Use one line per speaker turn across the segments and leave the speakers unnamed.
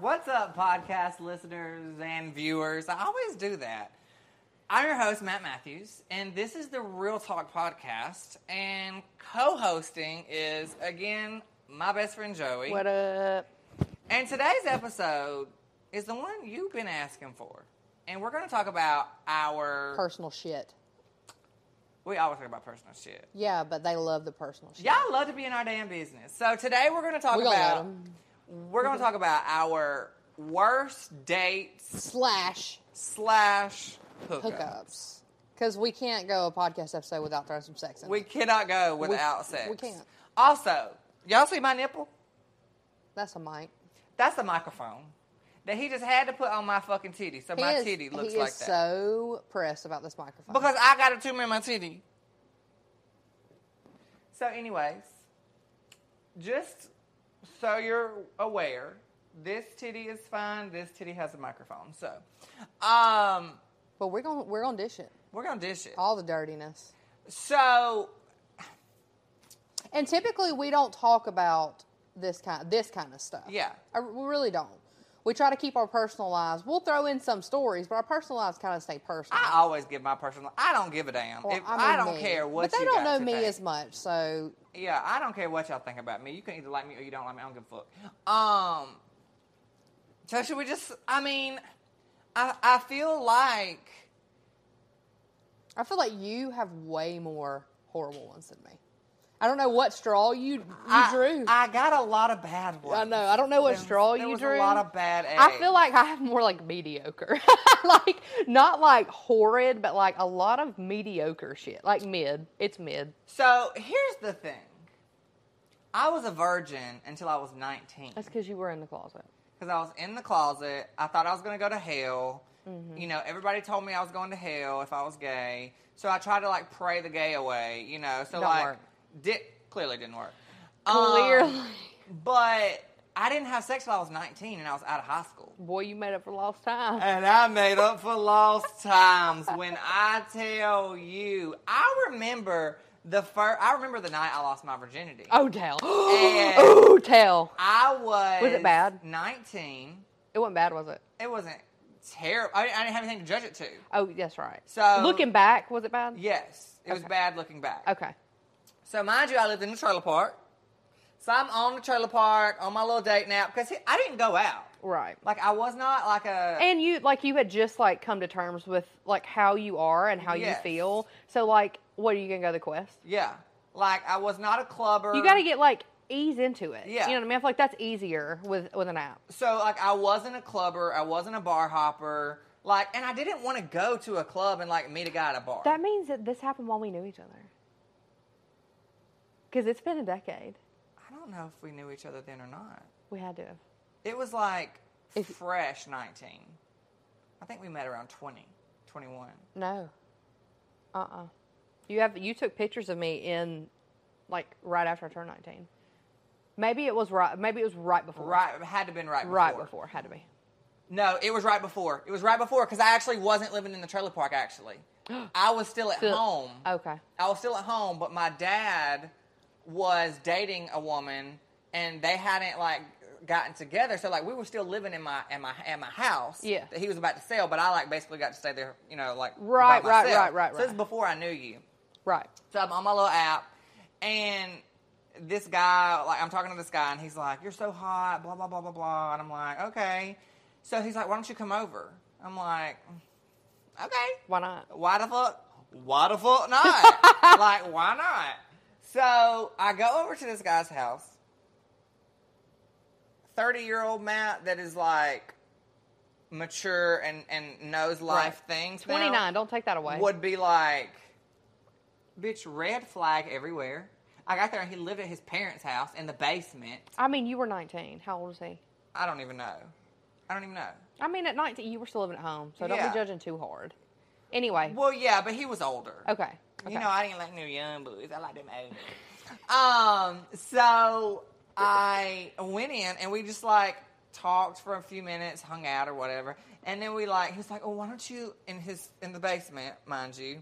What's up, podcast listeners and viewers? I always do that. I'm your host, Matt Matthews, and this is the Real Talk Podcast. And co hosting is, again, my best friend Joey.
What up?
And today's episode is the one you've been asking for. And we're going to talk about our.
Personal shit.
we always talk about personal shit.
Yeah, but they love the personal shit.
Y'all love to be in our damn business. So today we're going to talk
We gonna let
about.
'em.
We're going to talk about our worst dates
Slash
slash hookups.
hookups. Because we can't go a podcast episode without throwing some sex in.
We
it.
cannot go without sex.
we can't.
Also, y'all see my nipple?
That's a mic.
That's a microphone that he just had to put on my fucking titty. So my
he is,
titty looks
he
like
is
that.
so pressed about this microphone.
Because I got a tumor in my titty. So, anyways, just so you're aware, this titty is fine. This titty has a microphone. So, um,
but we're gonna we're gonna dish it.
we're gonna dish it.
All the dirtiness.
So,
And typically we don't talk about this kind this kind of stuff.
Yeah.
I, we really don't. We try to keep our personal lives. We'll throw in some stories, but our personal lives kind of stay personal.
I always give my personal. I don't give a damn.
Well,
if,
mean
I, don't
me.
care what.
But they
you
don't
got
know
to
me
think.
as much, so
Yeah, I don't care what y'all think about me. You can either like me or you don't like me. I don't give a fuck. Um, so should we just? I mean, I I feel like
I feel like you have way more horrible ones than me. I don't know what straw you you
I,
drew. I,
I got a lot of bad ones.
know. I don't know what
There was-
straw
there
you
was
drew.
A lot of bad.
I
eggs.
feel like I have more like mediocre, like not like horrid, but like a lot of mediocre shit, like mid. It's mid.
so. Here's the thing. I was a virgin until I was 19.
That's because you were in the closet.
because I was in the closet. I thought I was going to go to hell.
Mm-hmm.
You know, everybody told me I was going to hell if I was gay. So I tried to like pray the gay away. You know, so
Don't
like,
work.
Did, clearly didn't work. Um,
Clearly,
but I didn't have sex till I was 19 and I was out of high school.
boy, you made up for lost time.
And I made up for lost times when I tell you. I remember the first. I remember the night I lost my virginity.
oh, tell.
And-
oh, tell.
I was
Was it bad?
19.
It wasn't bad, was it?
It wasn't terrible. I, I didn't have anything to judge it to.
Oh, that's right.
So-
looking back, was it bad?
Yes, it was
Okay.
bad looking back.
Okay.
So mind you, I lived in the trailer park. So I'm on the trailer park on my little date nap because I didn't go out.
Right.
Like I was not like a
and you like you had just like come to terms with like how you are and how
Yes.
you feel so like what are you gonna go to the quest
yeah. Like I was not a clubber.
you gotta get like ease into it
Uh, Yeah.
you know what i mean i feel like that's easier with with an app
so like I wasn't a clubber. I wasn't a bar hopper. Like and I didn't want to go to a club and like meet a guy at a bar.
that means that this happened while we knew each other because it's been a decade
I don't know if we knew each other then or not.
we had to have
It was like
If-
fresh 19. I think we met around 20, 21.
no uh-uh you have you took pictures of me in like right after i turned 19 maybe it was right maybe it was right before
Right, had to have been right before.
right before had to be
No, it was right before. It was right before because I actually wasn't living in the trailer park. Actually, I was still at
Still-
home.
okay
I was still at home, but my dad was dating a woman, and they hadn't like gotten together. So like we were still living in my in my in my house.
Yeah.
that he was about to sell, but I like basically got to stay there. You know, like by
Right, right,
myself.
right, right,
So this is
right.
before I knew you.
right
So I'm on my little app, and this guy, like, I'm talking to this guy, and he's like, "You're so hot," blah blah blah blah blah, and I'm like, "Okay." So he's like, "Why don't you come over?" I'm like, "Okay."
why not
Why the fuck? Why the fuck not? like, why not? So I go over to this guy's house. Thirty-year-old Matt that is like mature and and knows life
Right.
things. now
29. Don't take that away.
would be like, bitch, red flag everywhere. I got there and he lived at his parents' house in the basement.
I mean, you were 19. How old is he?
I don't even know. I don't even know.
I mean, at 19, you were still living at home, so don't
Yeah.
be judging too hard. Anyway,
Well, yeah, but he was older.
okay. okay.
You know, I didn't like new young boys. I like them older. um, so I went in and we just like talked for a few minutes, hung out or whatever, and then we like he was like, "Oh, why don't you in his in the basement, mind you?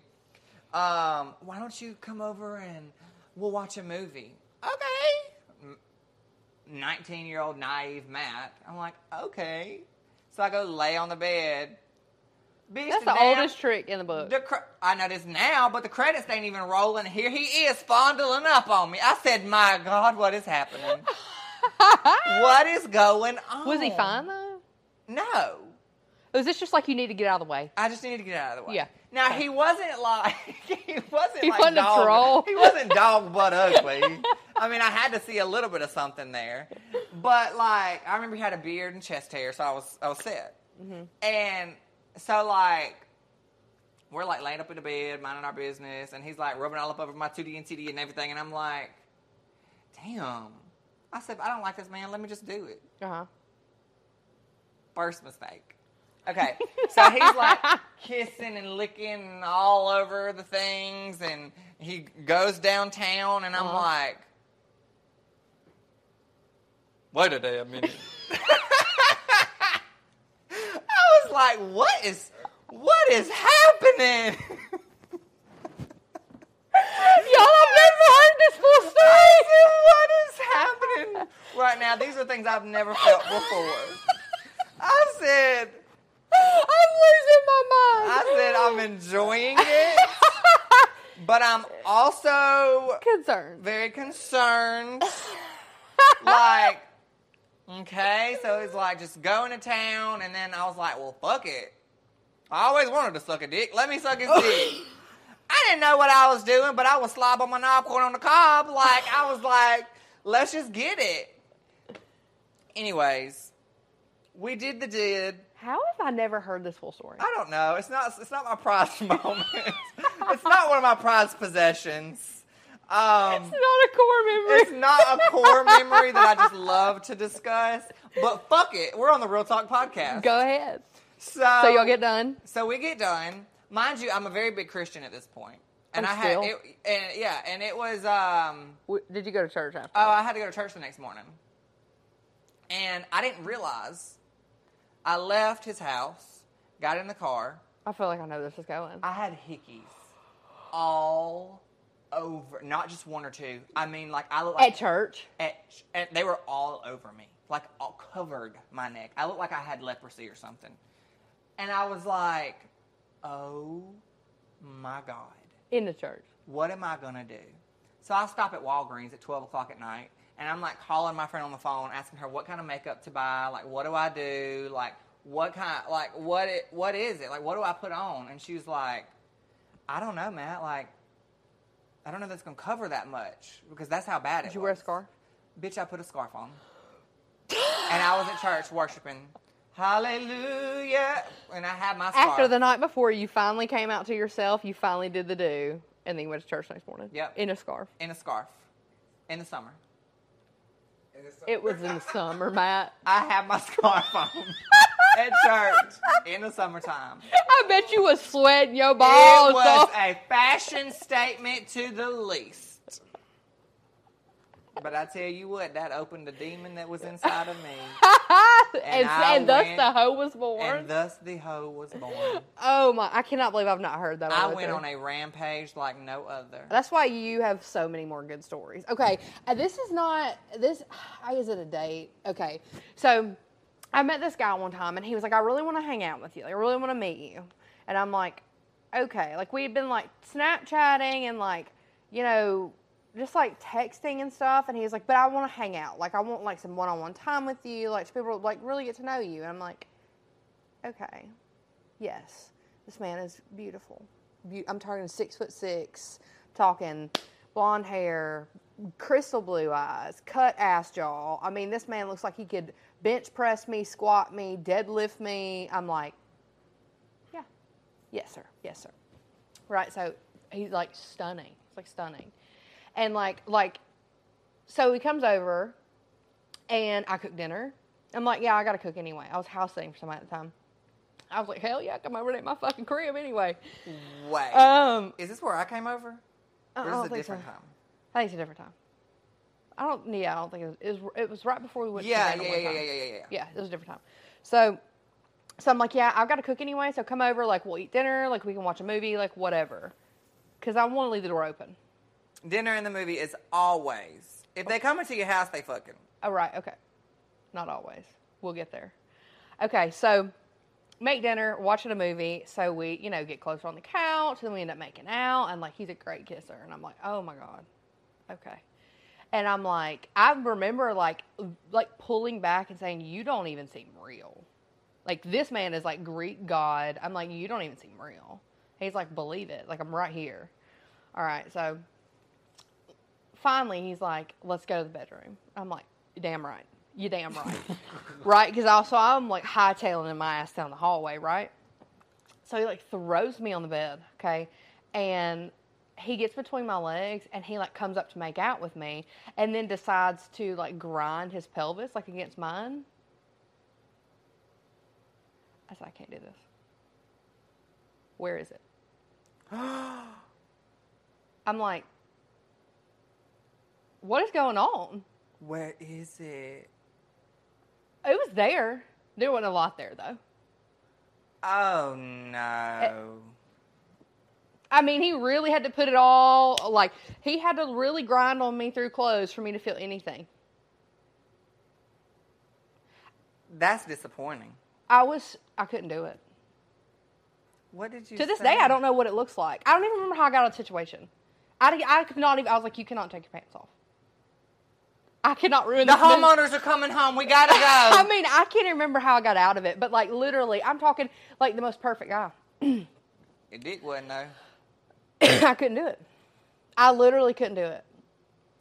Um, why don't you come over and we'll watch a movie?" Okay. M- 19 year old naive Matt. I'm like, okay. So I go lay on the bed. Bitch,
That's the
damn-
oldest trick in the book.
The cr- I know this now, but the credits ain't even rolling. Here he is fondling up on me. I said, my God, what is happening? what is going on?
Was he fine though?
No.
Was this just like you need to get out of the way?
I just needed to get out of the way.
Yeah.
Now he wasn't like he wasn't
He
like
wasn't a
dog,
troll.
He wasn't dog butt ugly. I mean, I had to see a little bit of something there, but like I remember he had a beard and chest hair, so I was I was set.
Mm-hmm.
And so like we're like laying up in the bed, minding our business, and he's like rubbing all up over my tootie and titty and everything, and I'm like, damn. I said, I don't like this man. Let me just do it.
Uh huh.
First mistake. Okay. So he's like kissing and licking all over the things and he goes downtown and I'm
Uh-huh.
like Wait a damn minute. I was like, what is what is happening?
Y'all have never heard this
I
full story.
said, what is happening right now? These are things I've never felt before. I said
I'm losing my mind.
I said I'm enjoying it, but I'm also
concerned.
very concerned. Like, okay, so it's like just going to town, and then I was like, well, fuck it. I always wanted to suck a dick. Let me suck his dick. I didn't know what I was doing, but I was slobbing my knob corn on the cob. Like, I was like, let's just get it. Anyways, we did the did.
How have I never heard this full story?
I don't know. It's not. It's not my prized moment. it's not one of my prized possessions. Um,
It's not a core memory.
it's not a core memory that I just love to discuss. But fuck it, we're on the Real Talk podcast.
Go ahead.
So,
So y'all get done.
So we get done. Mind you, I'm a very big Christian at this point, and
I'm
I had
still.
it, and yeah, and it was. um
W- Did you go to church after?
Oh, I had to go to church the next morning. And I didn't realize I left his house, got in the car,
I feel like I know where this is going.
I had hickeys all over, not just one or two. I mean, like I looked
At
like,
church.
at- and they were all over me, like all covered my neck. I looked like I had leprosy or something, and I was like, "Oh my god,
In the church.
what am I gonna do?" So I stop at Walgreens at twelve o'clock at night, and I'm like calling my friend on the phone, asking her what kind of makeup to buy, like what do I do, like what kind, like what it, what is it, like what do I put on? And she was like. I don't know, Matt. Like, I don't know if that's gonna cover that much because that's how bad it
Did you wear a
was.
scarf?
Bitch, I put a scarf on, and I was at church worshiping, Hallelujah, and I had my scarf.
After the night before, you finally came out to yourself. You finally did the do, and then you went to church next morning.
Yep.
In a scarf.
in a scarf, in the summer,
It was in the summer, Matt.
I had my scarf on at church in the summertime.
I bet you was sweating your balls
it was
off.
a fashion statement to the least. But I tell you what, that opened the demon that was inside of me.
and
and
and,
I
thus
went-
the hoe was born.
And thus the hoe was born.
oh my! I cannot believe I've not heard that.
I
the
went
show.
on a rampage like no other.
That's why you have so many more good stories. Okay, uh, this is not this. I is it a date? Okay, so I met this guy one time, and he was like, "I really want to hang out with you. Like, I really want to meet you." And I'm like, "Okay." Like we had been like Snapchatting and like you know just like texting and stuff. And he was like, "But I want to hang out. Like I want like some one-on-one time with you. Like to be able to like really get to know you." And I'm like, "Okay." Yes, this man is beautiful. Beau- I'm talking six foot six, talking blonde hair, crystal blue eyes, cut ass jaw. I mean, this man looks like he could bench press me, squat me, deadlift me. I'm like, yeah, yes, sir, yes, sir. Right, so he's like stunning. It's like stunning, and like like, so he comes over, and I cook dinner. I'm like, yeah, I gotta cook anyway. I was house sitting for somebody at the time. I was like, hell yeah, come over to my fucking crib anyway.
Wait.
Um,
is this where I came over?
I
Or
don't
is it a
think
different
so.
time?
I think it's a different time. I don't. Yeah, I don't think it was. It was, it was right before we went.
Yeah,
to Savannah
yeah,
one
yeah,
time.
yeah, yeah, yeah, yeah.
Yeah, it was a different time. So, so I'm like, yeah, I've got to cook anyway. So come over, like we'll eat dinner, like we can watch a movie, like whatever, because I want to leave the door open.
Dinner in the movie is always. If they come into your house, they fucking.
Oh, right. Okay. Not always. We'll get there. Okay. So make dinner, watching a movie. So we, you know, get closer on the couch. Then we end up making out. And like, he's a great kisser. And I'm like, oh my God. Okay. And I'm like, I remember like, like pulling back and saying, you don't even seem real. Like this man is like Greek god. I'm like, you don't even seem real. He's like, believe it. Like I'm right here. All right. So finally he's like, let's go to the bedroom. I'm like, damn right. You damn right. right? Because also I'm like hightailing in my ass down the hallway, right? So he like throws me on the bed, okay? And he gets between my legs and he like comes up to make out with me and then decides to like grind his pelvis like against mine. I said, I can't do this. Where is it? I'm like, what is going on?
Where is it?
It was there. There wasn't a lot there though.
Oh
Eh.
no.
I mean, he really had to put it all like he had to really grind on me through clothes for me to feel anything.
That's disappointing.
I was I couldn't do it.
What did you
To this
say?
day, I don't know what it looks like. I don't even remember how I got out of the situation. I, I could not even. I was like, you cannot take your pants off. I could not ruin
The
this mood.
homeowners are coming home. We gotta go.
I mean, I can't even remember how I got out of it, but like literally, I'm talking like the most perfect guy.
Your dick wasn't though.
I couldn't do it. I literally couldn't do it,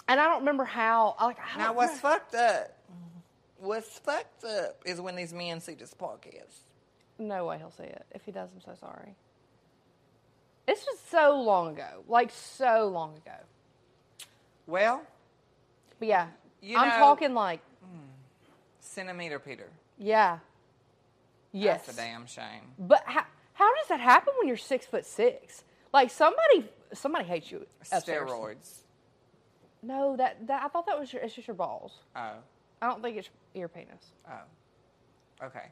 and I don't remember how. I, Like, I
Now
don't
what's
know.
fucked up? What's fucked up is when these men see this podcast.
No way he'll see it. If he does, I'm so sorry. This was so long ago, like so long ago.
Well,
But yeah,
You
I'm
know-
talking like
centimeter Peter.
yeah, yes.
That's a damn shame.
But how how does that happen when you're six foot six? Like somebody somebody hates you. upstairs.
Steroids.
No, that, that I thought that was your it's just your balls.
Oh,
I don't think it's your penis.
oh, okay.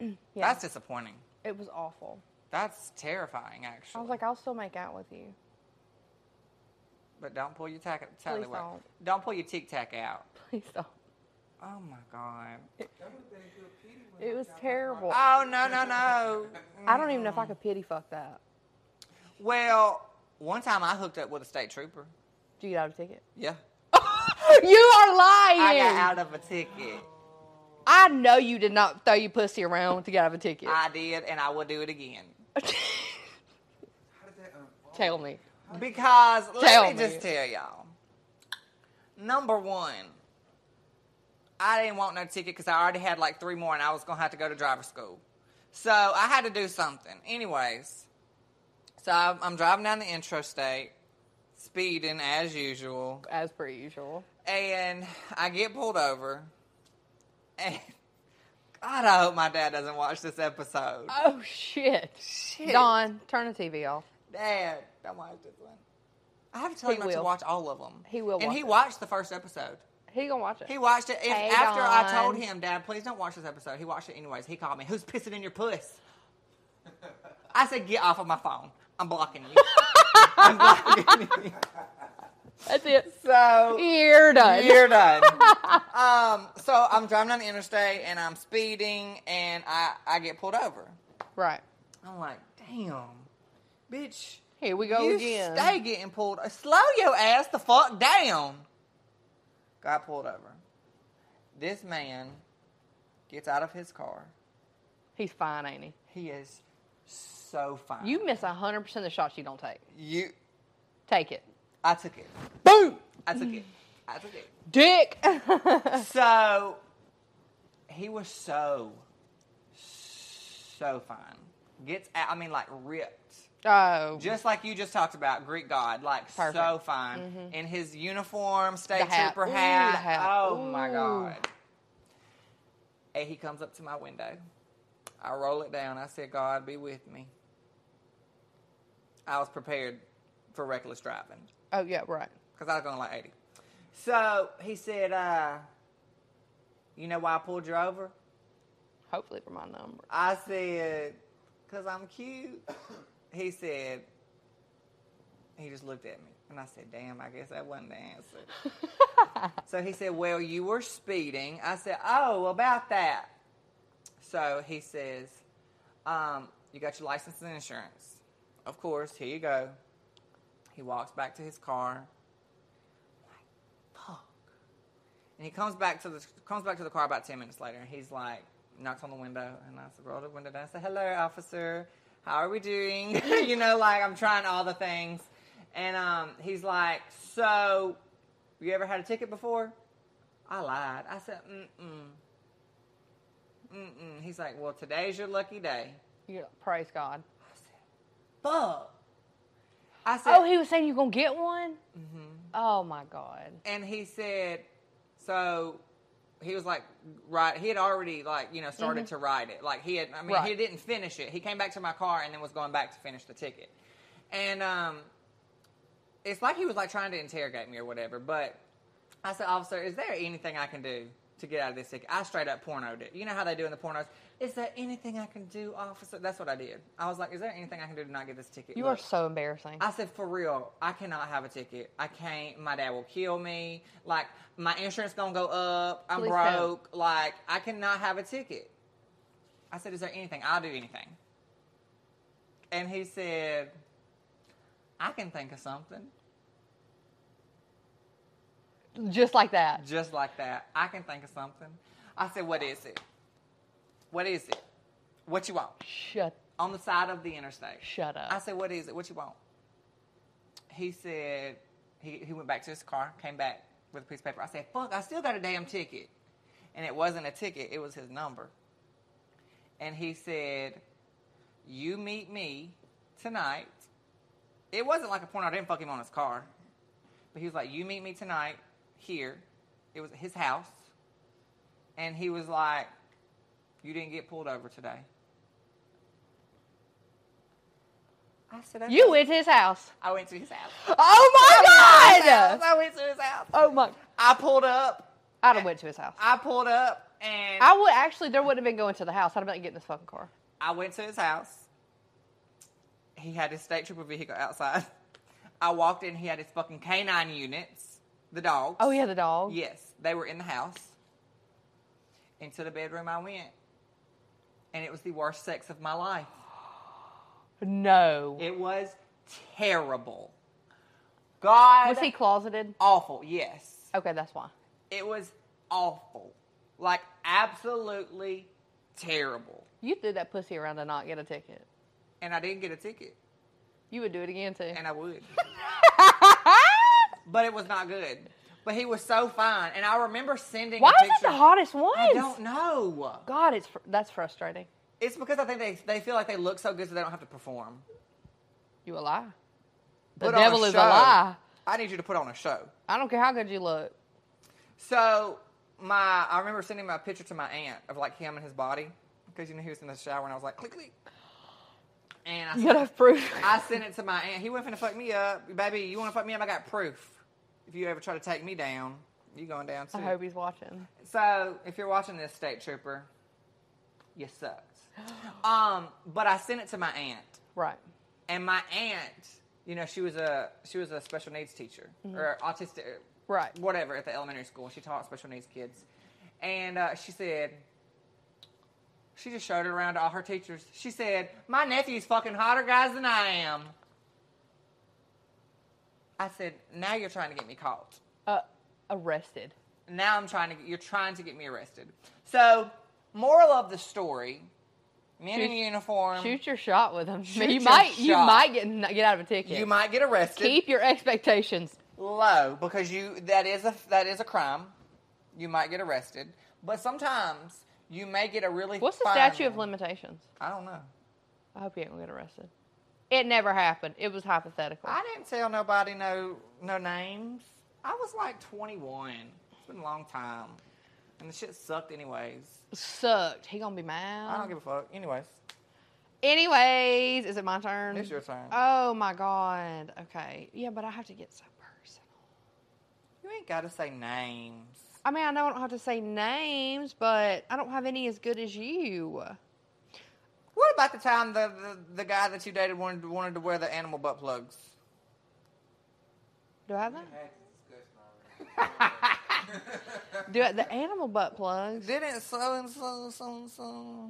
Mm, Yeah,
That's disappointing.
it was awful.
That's terrifying, actually.
I was like, I'll still make out with you.
but don't pull your tack. tack
Please
away.
don't.
Don't pull your tic tac out.
Please don't.
Oh my god.
It was terrible.
Oh no no no.
I don't even know if I could pity fuck that.
Well, one time I hooked up with a state trooper.
Do you get out of ticket?
Yeah.
you are lying.
I got out of a ticket.
I know you did not throw your pussy around to get out of a ticket.
I did, and I will do it again.
Tell me.
Because
Tell
let me,
me.
just tell y'all. Number one, I didn't want no ticket because I already had like three more, and I was gonna have to go to driver school. So I had to do something. Anyways, so I'm, I'm driving down the intrastate, speeding as usual,
As per usual.
and I get pulled over. And God, I hope my dad doesn't watch this episode.
Oh shit.
Shit.
Don, turn the TV off.
Dad, don't watch this one. I have to tell
He
him not to
will.
watch all of them.
He will
And
watch
he
it.
watched the first episode.
He gonna watch it.
He watched it. If,
Hey,
after I told
Don.
him, Dad, please don't watch this episode. He watched it anyways. He called me. Who's pissing in your puss? I said, get off of my phone. I'm blocking you. I'm blocking you.
That's it.
So
You're done.
You're done. um, so I'm driving down the interstate and I'm speeding and I, I get pulled over.
Right.
I'm like, damn, bitch.
Here we go
you
again.
Stay getting pulled. Slow your ass the fuck down. Got pulled over. This man gets out of his car.
He's fine, ain't he?
He is so fine.
You miss hundred percent of the shots you don't take.
you.
Take it.
I took it.
Boom!
I took it. I took it.
Dick. Oh.
so he was so so fine. Gets out, I mean like ripped.
oh.
Just like you just talked about, Greek God, like so
Perfect. Mm-hmm.
fine. In his uniform, state
The hat.
trooper
Ooh, the
hat.
hat.
Oh my
Ooh.
God. And he comes up to my window. I roll it down. I said, God, be with me. I was prepared for reckless driving
Oh yeah, right.
because I was going like 80. So he said, uh, You know why I pulled you over?
Hopefully for my number.
I said, because I'm cute. He said, He just looked at me and I said, Damn, I guess that wasn't the answer. so he said, Well, you were speeding. I said, Oh, about that. So he says, um, You got your license and insurance. Of course, here you go. He walks back to his car. Fuck. And he comes back to the comes back to the car about ten minutes later, and he's like knocks on the window, and I said, roll the window down, I said, "Hello, officer. How are we doing?" you know, like I'm trying all the things, and um, he's like, "So, you ever had a ticket before?" I lied. I said, "Mm mm." Mm mm. He's like, "Well, today's your lucky day."
You're like, praise God.
I said, "Fuck." I said,
Oh, he was saying you're gonna get one. Oh my God.
and he said so he was like right he had already like you know started to write it like he had i mean he
Mm-hmm. Right.
didn't finish it he came back to my car and then was going back to finish the ticket and um it's like he was like trying to interrogate me or whatever but i said officer is there anything i can do to get out of this ticket i straight up pornoed it you know how they do in the pornos is there anything i can do officer that's what i did i was like is there anything i can do to not get this ticket
You
Look,
are so embarrassing.
I said, for real, I cannot have a ticket. I can't. My dad will kill me. Like, my insurance gonna go up. I'm
Please don't.
broke. Like, I cannot have a ticket. I said, is there anything? I'll do anything. And he said, I can think of something.
Just like that.
Just like that. I can think of something. I said, what is it? What is it? What you want?
Shut.
On the side of the interstate.
Shut up.
I said, "What is it? What you want?" He said, he, he went back to his car, came back with a piece of paper. I said, "Fuck, I still got a damn ticket," and it wasn't a ticket; it was his number. And he said, "You meet me tonight." It wasn't like a porno. I didn't fuck him on his car, but he was like, "You meet me tonight here." It was at his house, and he was like, "You didn't get pulled over today." I said, okay.
you went to his house.
I went to his house.
Oh my
I went to his house.
God.
I went to his house.
Oh my.
I pulled up.
I'd have went to his house.
I pulled up and
I would actually. There wouldn't have been going to the house. I'd have been like, get in this fucking car.
I went to his house. He had his state trooper vehicle outside. I walked in. He had his fucking canine units, the dogs.
Oh yeah, the dog.
Yes, they were in the house. Into the bedroom I went, and it was the worst sex of my life.
No.
It was terrible. God,
Was he closeted?
awful. Yes.
Okay, that's why.
It was awful. Like, absolutely terrible.
You threw that pussy around to not get a ticket.
And I didn't get a ticket.
You would do it again too.
And I would. but it was not good. But he was so fine. And I remember sending
Why
a
is it
picture-
the hottest ones?
I don't know.
God, it's fr- that's frustrating.
It's because I think they, they feel like they look so good so they don't have to perform.
You a lie. The
Put on
devil is
show.
a lie.
I need you to put on a show.
I don't care how good you look.
So my, I remember sending my picture to my aunt of like him and his body because you know he was in the shower and I was like click click. And I
You
said,
gotta have proof.
I sent it to my aunt. He wasn't finna fuck me up, baby. You wanna fuck me up? I got proof. If you ever try to take me down, you going down too.
I hope he's watching.
So if you're watching this, state trooper, you sucked. um, but I sent it to my aunt
Right.
and my aunt, you know, she was a she was a special needs teacher or autistic, or
Mm-hmm. Right.
Whatever at the elementary school, she taught special needs kids, and uh, she said. She just showed it around to all her teachers. She said, "My nephew's fucking hotter guys than I am." I said, "Now you're trying to get me caught.
Uh, arrested.
Now I'm trying to get you're trying to get me arrested." So, moral of the story: men in
Shoot-
uniform,
Shoot your shot with him.
Um, Shoot
you
your
might. You
shot.
might get n- get out of a ticket.
you might get arrested.
keep your expectations.
low because you that is a that is a crime. You might get arrested, but sometimes you may get a really.
What's the
fine
statute of
one.
limitations?
I don't know.
I hope you don't get arrested. It never happened. It was hypothetical.
I didn't tell nobody no no names. I was like 21. It's been a long time, and the shit sucked anyways.
Sucked. He gonna be mad.
I don't give a fuck. Anyways,
Anyways, is it my turn?
It's your turn.
Oh my god. Okay. Yeah, but I have to get so personal.
you ain't got to say names.
I mean, I know I don't have to say names, but I don't have any as good as you.
What about the time the, the, the guy that you dated wanted wanted to wear the animal butt plugs?
Do I have that? Do I, the animal butt plugs?
Didn't so and so so and so.
Mm-hmm.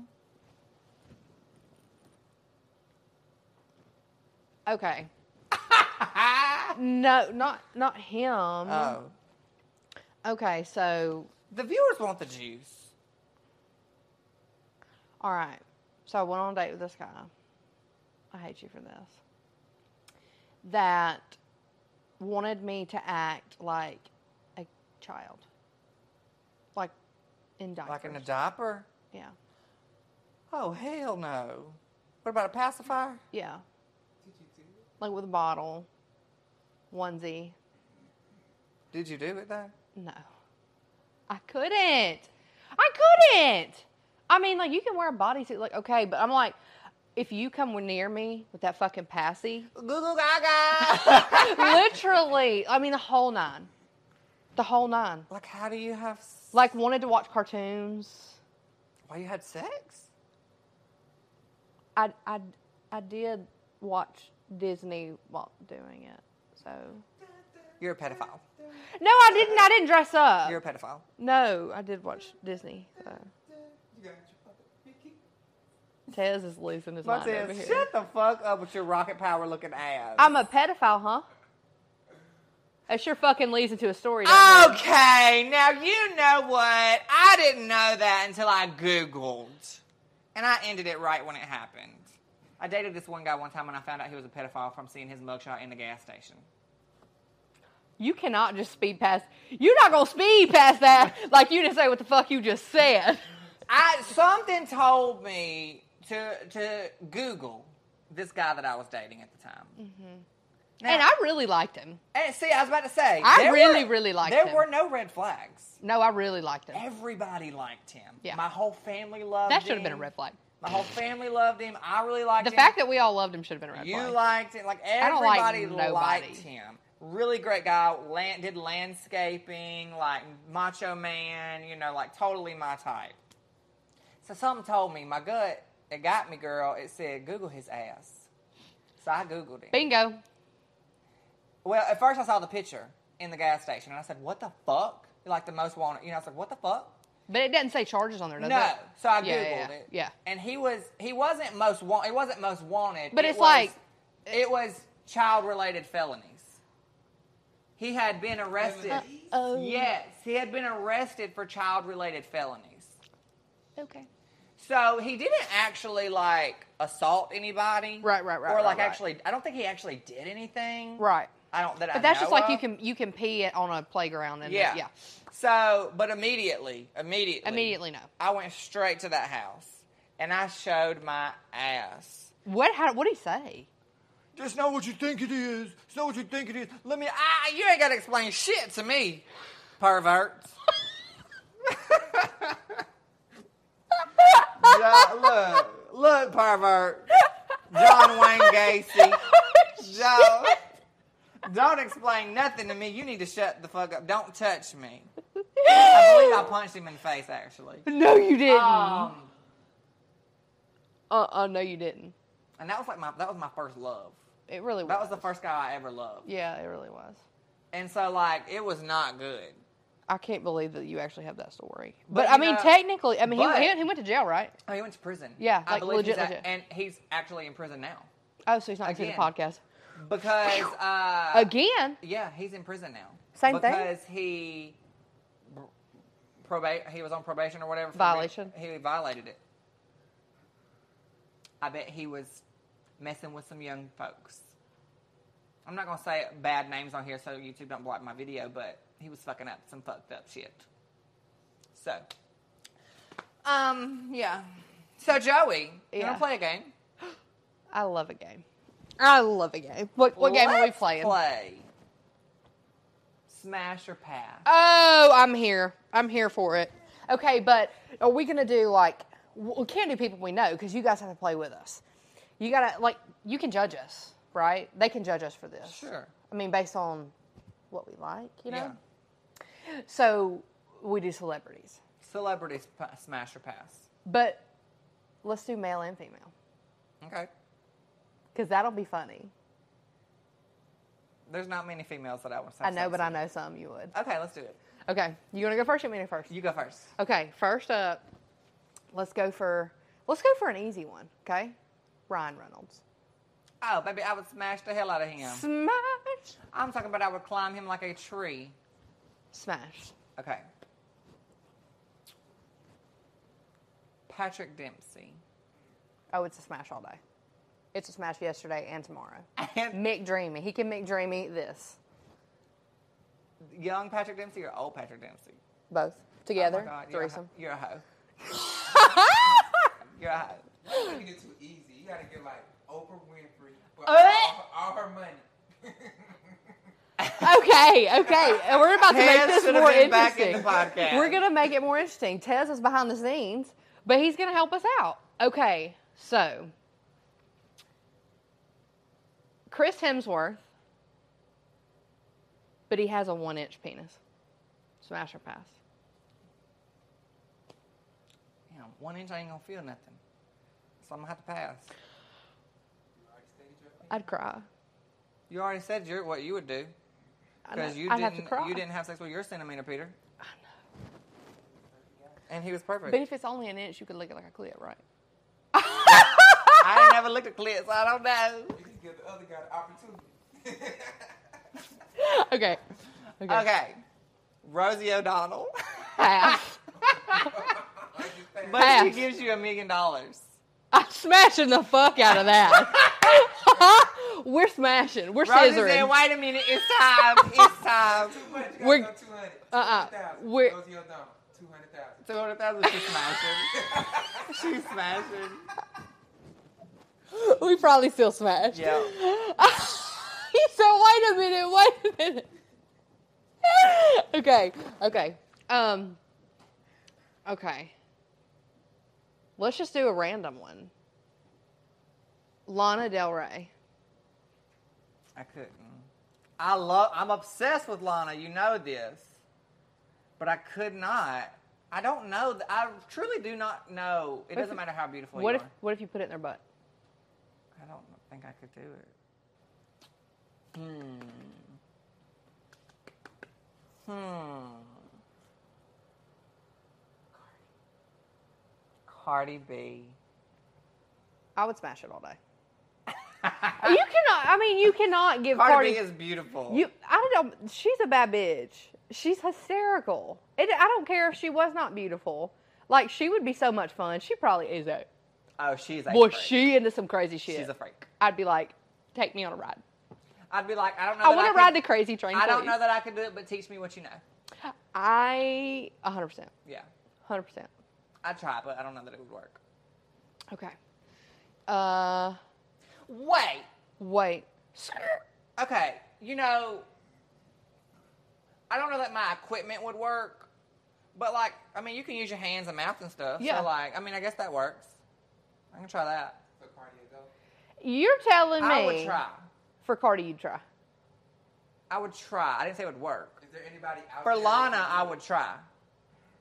Okay. no, not not him.
Oh,
Okay, so
the viewers want the juice.
all right. So I went on a date with this guy. I hate you for this. That wanted me to act like a child. Like in diapers.
Like in a diaper?
yeah.
Oh hell no! What about a pacifier?
Yeah. Like with a bottle, onesie.
Did you do it though?
No. I couldn't. I couldn't. I mean, like, you can wear a bodysuit, like, okay, but I'm like, if you come near me with that fucking passy,
Google Gaga.
literally, I mean, the whole nine. The whole nine.
like how do you have? s-
Like, wanted to watch cartoons.
Why you had sex?
I, I, I did watch Disney while doing it, so.
You're a pedophile.
No, I didn't. I didn't dress up.
You're a pedophile.
No, I did watch Disney. though. Tez is losing his mind over
Montez,
here.
shut the fuck up with your rocket power looking ass.
I'm a pedophile, huh? That sure fucking leads into a story.
Ah.
doesn't it?
Okay, now you know what? I didn't know that until I Googled. And I ended it right when it happened. I dated this one guy one time and I found out he was a pedophile from seeing his mugshot in the gas station.
You cannot just speed past. You're not gonna speed past that like you didn't say what the fuck you just said.
I something told me to to Google this guy that I was dating at the time.
Mm-hmm. and I really liked him.
And see, I was about to say
I
there
really,
were-
really liked
There
him.
were no red flags.
No, I really liked him.
Everybody liked him.
Yeah.
My whole family loved
That
him.
should have been a red flag.
My whole family loved him. I really liked
The
him.
fact that we all loved him should have been a red
You
flag.
liked it. Like
don't like
everybody
nobody.
liked him. Really great guy. Land, did landscaping, like macho man, you know, like totally my type. So something told me, my gut, it got me, girl. It said, Google his ass. So I Googled him.
Bingo.
Well, at first I saw the picture in the gas station and I said, what the fuck? Like the most wanted. You know, I was like, what the fuck?
But it doesn't say charges on there, does
No.
it?
So I Googled
Yeah, yeah, yeah.
it.
Yeah.
And he was, he wasn't most wanted. It wasn't most wanted.
But
It
it's
was-
like-
it was child related felonies. He had been arrested.
Oh.
Yes, he had been arrested for child related felonies.
Okay.
So he didn't actually like assault anybody.
Right, right, right,
Or like
right, right.
actually, I don't think he actually did anything.
Right.
I don't that I
But that's just
know
like you
of.
can you can pee it on a playground and
Yeah.
yeah.
So, but immediately, immediately,
Immediately, no.
I went straight to that house and I showed my ass.
What how what did he say?
That's not what you think it is. It's not what you think it is. Let me. I, you ain't got to explain shit to me, perverts. Jo- look, look, pervert. John Wayne Gacy. Joe, don't explain nothing to me. You need to shut the fuck up. Don't touch me. I believe I punched him in the face, actually.
No, you didn't. Uh
Um,
uh no, you didn't.
and that was like my that was my first love.
It really was.
That was the first guy I ever loved.
Yeah, it really was.
And so, like, it was not good.
I can't believe that you actually have that story.
But,
But,
you
I mean,
know-
technically, I mean, he,
but-
he, he went to jail, right?
Oh, he went to prison.
Yeah,
I
like,
believe
legit,
he's at-
legit.
and he's actually in prison now
Oh, so he's not listening to the
Again.
podcast
because uh,
again.
yeah, he's in prison now.
Same thing?
because he br- probate he was on probation or whatever for
Violation.
me- He violated it. I bet he was messing with some young folks. I'm not gonna say bad names on here so YouTube don't block my video, but he was fucking up some fucked up shit. So, um, yeah. So Joey, you
Yeah.
wanna play a game?
I love a game. I love a game. What, what game are we
Let's
playing?
Play. Smash or pass.
Oh, I'm here. I'm here for it. Okay, but are we gonna do like we can't do people we know because you guys have to play with us. You gotta like you can judge us, right? They can judge us for this.
Sure.
I mean, based on what we like, you know. So we do celebrities,
Celebrities pa- smash or pass.
but let's do male and female
Okay.
because that'll be funny.
There's not many females that I would.
I know, but I know some you would.
Okay, let's do it.
Okay, you want to go first? Or you want me to go first?
You go first.
Okay, first up, let's go for let's go for an easy one. Okay, Ryan Reynolds.
Oh, baby, I would smash the hell out of him.
Smash,
I'm talking about I would climb him like a tree.
smash.
Okay. Patrick Dempsey.
Oh, it's a smash all day. It's a smash yesterday and tomorrow.
And
Mick Dreamy, he can Mick Dreamy this
young Patrick Dempsey or old Patrick Dempsey?
both
Oh
together
my God, you're a ho-
threesome.
You're a hoe. You're a hoe.
You're making it too easy. You gotta get like Oprah Winfrey for all,
Uh.
her- all her money.
Okay, okay, and we're about to make
Tez
this
should've
more
been back in
interesting.
the podcast.
We're gonna make it more interesting. Tez is behind the scenes, but he's gonna help us out. Okay, so Chris Hemsworth, but he has a one-inch penis. Smash or pass?
Damn, one inch I ain't gonna feel nothing. So I'm gonna have to pass.
You already stated your opinion.
I'd cry.
You already said your, what you would do.
I know.
Because you
I'd
didn't
have to cry.
you didn't have sex with your centimeter, Peter. And he was perfect.
But if it's only an inch, you could lick it like a clit, right?
I ain't never looked at clit, so I don't know.
You just give the other guy the opportunity.
okay. Okay.
Okay. Rosie O'Donnell.
Pass.
I just think-
But she
Pass.
gives you a million dollars.
I'm smashing the fuck out of that. We're smashing. We're
Rosie said,
scissoring.
wait a minute, it's time. It's time.
Too much. You gotta
We're-
go
uh-uh. We're-
200. 200,000. Rosie O'Donnell, 200,000.
200,000, she's smashing. she's smashing.
we probably still smash.
Yeah.
he said, wait a minute, wait a minute. okay, okay. Um Okay. Let's just do a random one. Lana Del Rey.
I couldn't. I love, I'm obsessed with Lana, you know this. But I could not. I don't know. th- I truly do not know. It
What if-
doesn't matter how beautiful
What
you
if
are.
what if you put it in their butt?
I don't think I could do it. Hmm. Hmm. Cardi B.
I would smash it all day. you cannot I mean you cannot give
Cardi,
Cardi
B is beautiful.
You, I don't. know. She's a bad bitch. She's hysterical. It, I don't care if she was not beautiful. Like she would be so much fun. She probably is though.
oh, she's a
Boy,
freak.
she into some crazy shit.
She's a freak.
I'd be like, take me on a ride.
I'd be like, Oh, I don't know.
I
that
want to
could-
ride the crazy train.
I don't
please.
know that I could do it, but teach me what you know.
I 100, percent
Yeah,
100. percent
I try, but I don't know that it would work.
Okay. Uh,
Wait.
wait.
Okay. You know, I don't know that my equipment would work, but like, I mean, you can use your hands and mouth and stuff.
Yeah.
So like, I mean, I guess that works. I can try that.
So cardio though.
You're telling me
I would try.
for Cardi, you'd try.
I would try. I didn't say it would work.
Is there anybody out
For
there that can
Lana,
do
I
it?
would try,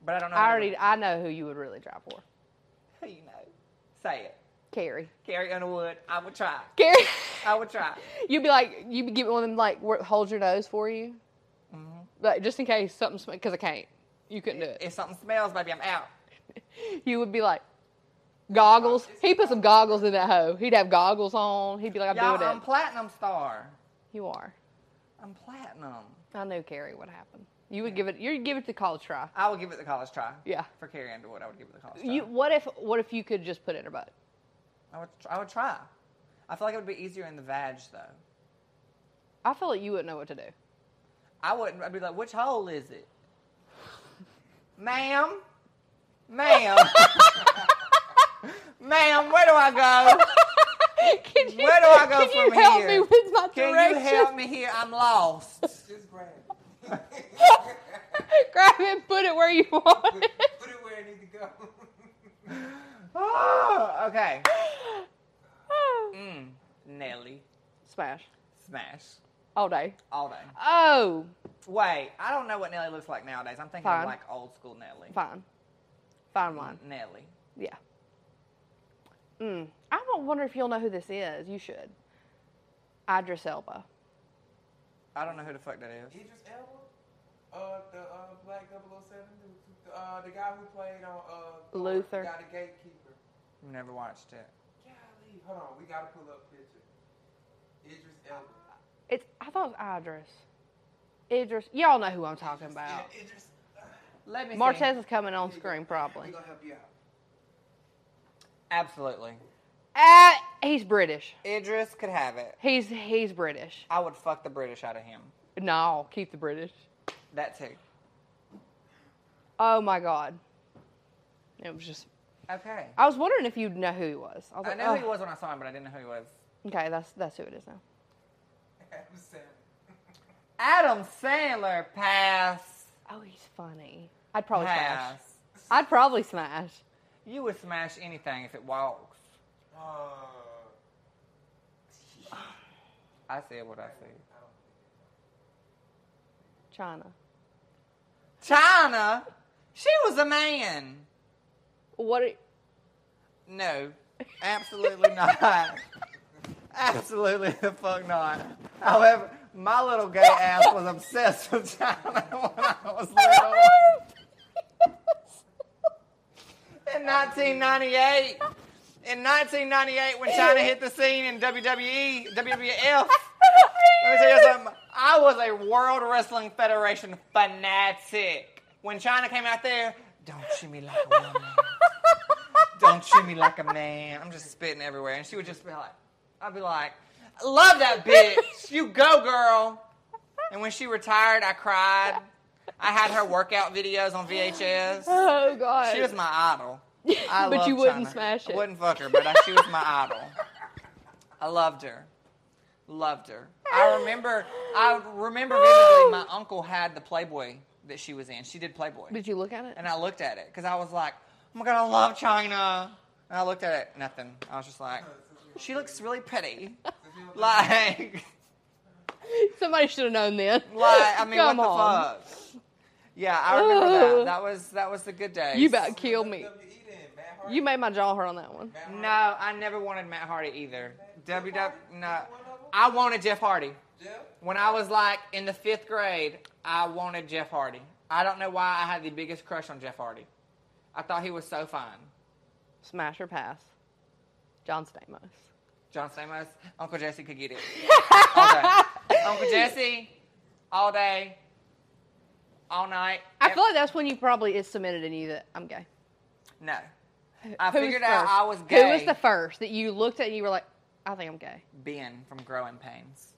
but I don't know.
I
that
already.
it
I know who you would really try for.
would- You know, say it.
Carrie.
Carrie Underwood. I would try.
Carrie.
I would try.
You'd be like, you'd be getting one of them like where it holds your nose for you,
Mm-hmm.
like just in case something because I can't. You couldn't do it.
If something smells, baby, I'm out.
You would be like goggles. He put some goggles in that hoe. He'd have goggles on. He'd be like, I'm
Y'all,
doing
I'm
it.
platinum star.
you are.
I'm platinum.
I knew Carrie would happen. You would give it. You'd give it to college try.
I would give it the college try.
Yeah.
For Carrie Underwood, I would give it the college try.
You. What if? What if you could just put it in her butt?
I would, I would try. I feel like it would be easier in the vag though.
I feel like you wouldn't know what to do.
I wouldn't. I'd be like, which hole is it, ma'am, ma'am, ma'am? Where do I
can you,
Where do I go
can
from
you help
here?
me with my
go? Can you
directions?
help me here? I'm lost.
Just grab it.
Grab it, and put it where you want
Put,
it.
put it where it needs to go.
Ah!
Oh, okay. Mm, Nelly,
Smash
smash
all day.
all day.
Oh,
Wait, I don't know what Nelly looks like nowadays. I'm thinking
Fine.
of like old school Nelly.
fine, fine line.
Nelly.
Yeah. Mm. I don't wonder if you'll know who this is. You should. Idris Elba.
I don't know who the fuck that is.
Idris Elba, uh, the uh, Black 007, the, the, uh, the guy who played on uh,
Luther.
got a gatekeeper.
Never watched it.
Golly, hold on, we gotta pull up a picture. Idris Elba.
It's I thought it was Idris. Idris, y'all know who I'm talking about.
Yeah, Idris. uh,
Let me.
Martez is coming on screen
We
probably.
gonna help you out.
Absolutely.
Uh, he's British.
Idris could have it.
He's he's British.
I would fuck the British out of him.
No, keep the British.
That too.
Oh my God. It was just.
Okay.
I was wondering if you'd know who he was. I, was
I
like,
knew who he
"Ugh."
was when I saw him, but I didn't know who he was.
Okay, that's that's who it is now.
Adam Sandler.
Adam Sandler pass.
Oh, he's funny. I'd probably smash.
Pass.
I'd probably smash.
You would smash anything if it walks.
Uh,
I said what I said.
I don't
China.
China, she was a man.
What? Are,
No, absolutely not. absolutely the fuck not. However, my little gay ass was obsessed with China when I was little. In 1998, in 1998, when China hit the scene in E, WWE, WWF, let me tell you something. I was a World Wrestling Federation fanatic. When China came out there, don't treat me like a woman. don't treat me like a man. I'm just spitting everywhere. And she would just be like, I'd be like, I love that bitch. You go, girl. And when she retired, I cried. I had her workout videos on VHS.
oh God.
She was my idol. I
But
loved
you wouldn't
China.
smash it.
I wouldn't fuck her, but I, she was my idol. I loved her. Loved her. I remember. I remember vividly. My uncle had the Playboy that she was in. She did Playboy,
Did you look at it?
and I looked at it because I was like, "Oh my god, I love China." And I looked at it, nothing. I was just like, "She looks really pretty." Like,
Somebody should have known then.
like I mean,
Come
what the
on.
fuck? Yeah, I remember
Ugh.
that. That was that was the good days.
You about killed me.
WWE then, Matt Hardy.
You made my jaw hurt on that one.
Matt Hardy.
No, I never wanted Matt Hardy either.
Jeff
WW,
Hardy?
no.
One of them?
I wanted Jeff Hardy.
Jeff?
When I was like in the fifth grade, I wanted Jeff Hardy. I don't know why I had the biggest crush on Jeff Hardy. I thought he was so fine.
Smash or pass. John Stamos.
John Stamos, Uncle Jesse could get it. all day. Uncle Jesse, all day, all night.
I feel like that's when you probably is submitted in you that I'm gay.
no. I
Who was
figured out
first?
I was
Who was
gay.
the first that you looked at and you were like, I think I'm gay.
Ben from Growing Pains.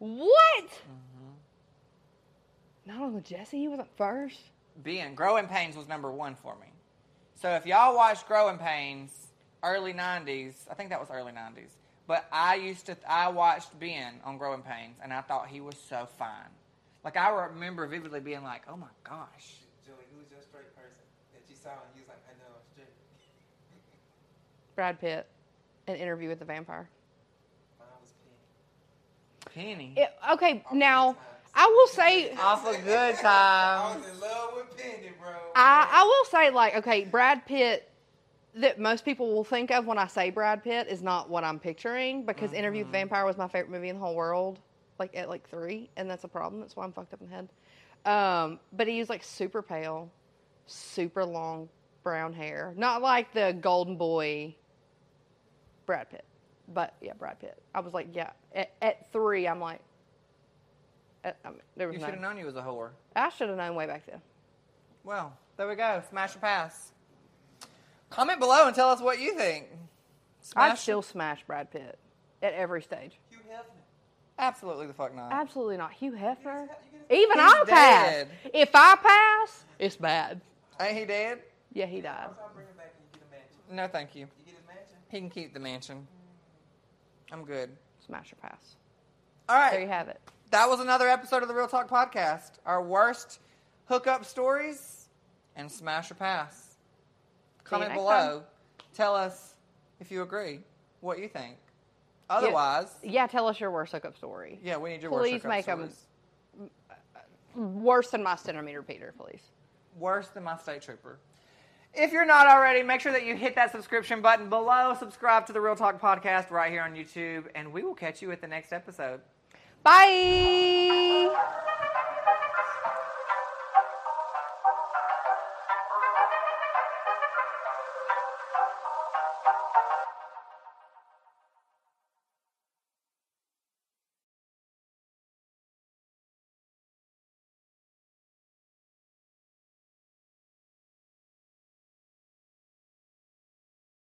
What?
Mm-hmm.
Not on the Jesse. He wasn't first.
being growing pains was number one for me so if y'all watched growing pains early 90s i think that was early 90s but i used to i watched ben on growing pains and i thought he was so fine like i remember vividly being like oh my gosh
Joey, who's your straight person that you saw and you was like, I know I'm straight.
Brad Pitt. An interview with the vampire.
Mine was pink.
penny
It- okay,
Off
now
good times.
I will say
off a good
I
time
was in love with Penny, bro.
Um, I, I will say like okay, Brad Pitt that most people will think of when I say Brad Pitt is not what I'm picturing because Interview with the Vampire was my favorite movie in the whole world, like at like three, and that's a problem. That's why I'm fucked up in the head. Um, but he was like super pale, super long brown hair, not like the Golden Boy Brad Pitt, but yeah, Brad Pitt. I was like, yeah. At, at three, I'm like, at, I mean, there was
you should have
no.
known you was a whore
I should have known way back then.
well there we go smash or pass comment below and tell us what you think
I'd
Smash-
still smash Brad Pitt at every stage.
Hugh Hefner.
absolutely the fuck not
Absolutely not. Hugh Hefner.
You get
Even
Oh. He's
I'll pass.
dead.
If I pass, it's bad.
ain't he dead
Yeah, he died.
I'll bring him back and you get a mansion.
no thank you
You get his mansion.
He can keep the mansion. I'm good.
Smash or pass.
All
There you
right.
have it.
That was another episode of the Real Talk Podcast. Our worst hookup stories and smash or pass. Comment
next
below. Tell us if you agree, what you think. Otherwise,
Yeah, tell us your worst hookup story.
yeah, we need your worst
Please
hookup
make 'em-
stories.
Worse than my centimeter Peter, please.
worse than my state trooper. If you're not already, make sure that you hit that subscription button below. Subscribe to the Real Talk Podcast right here on YouTube, and we will catch you at the next episode.
Bye.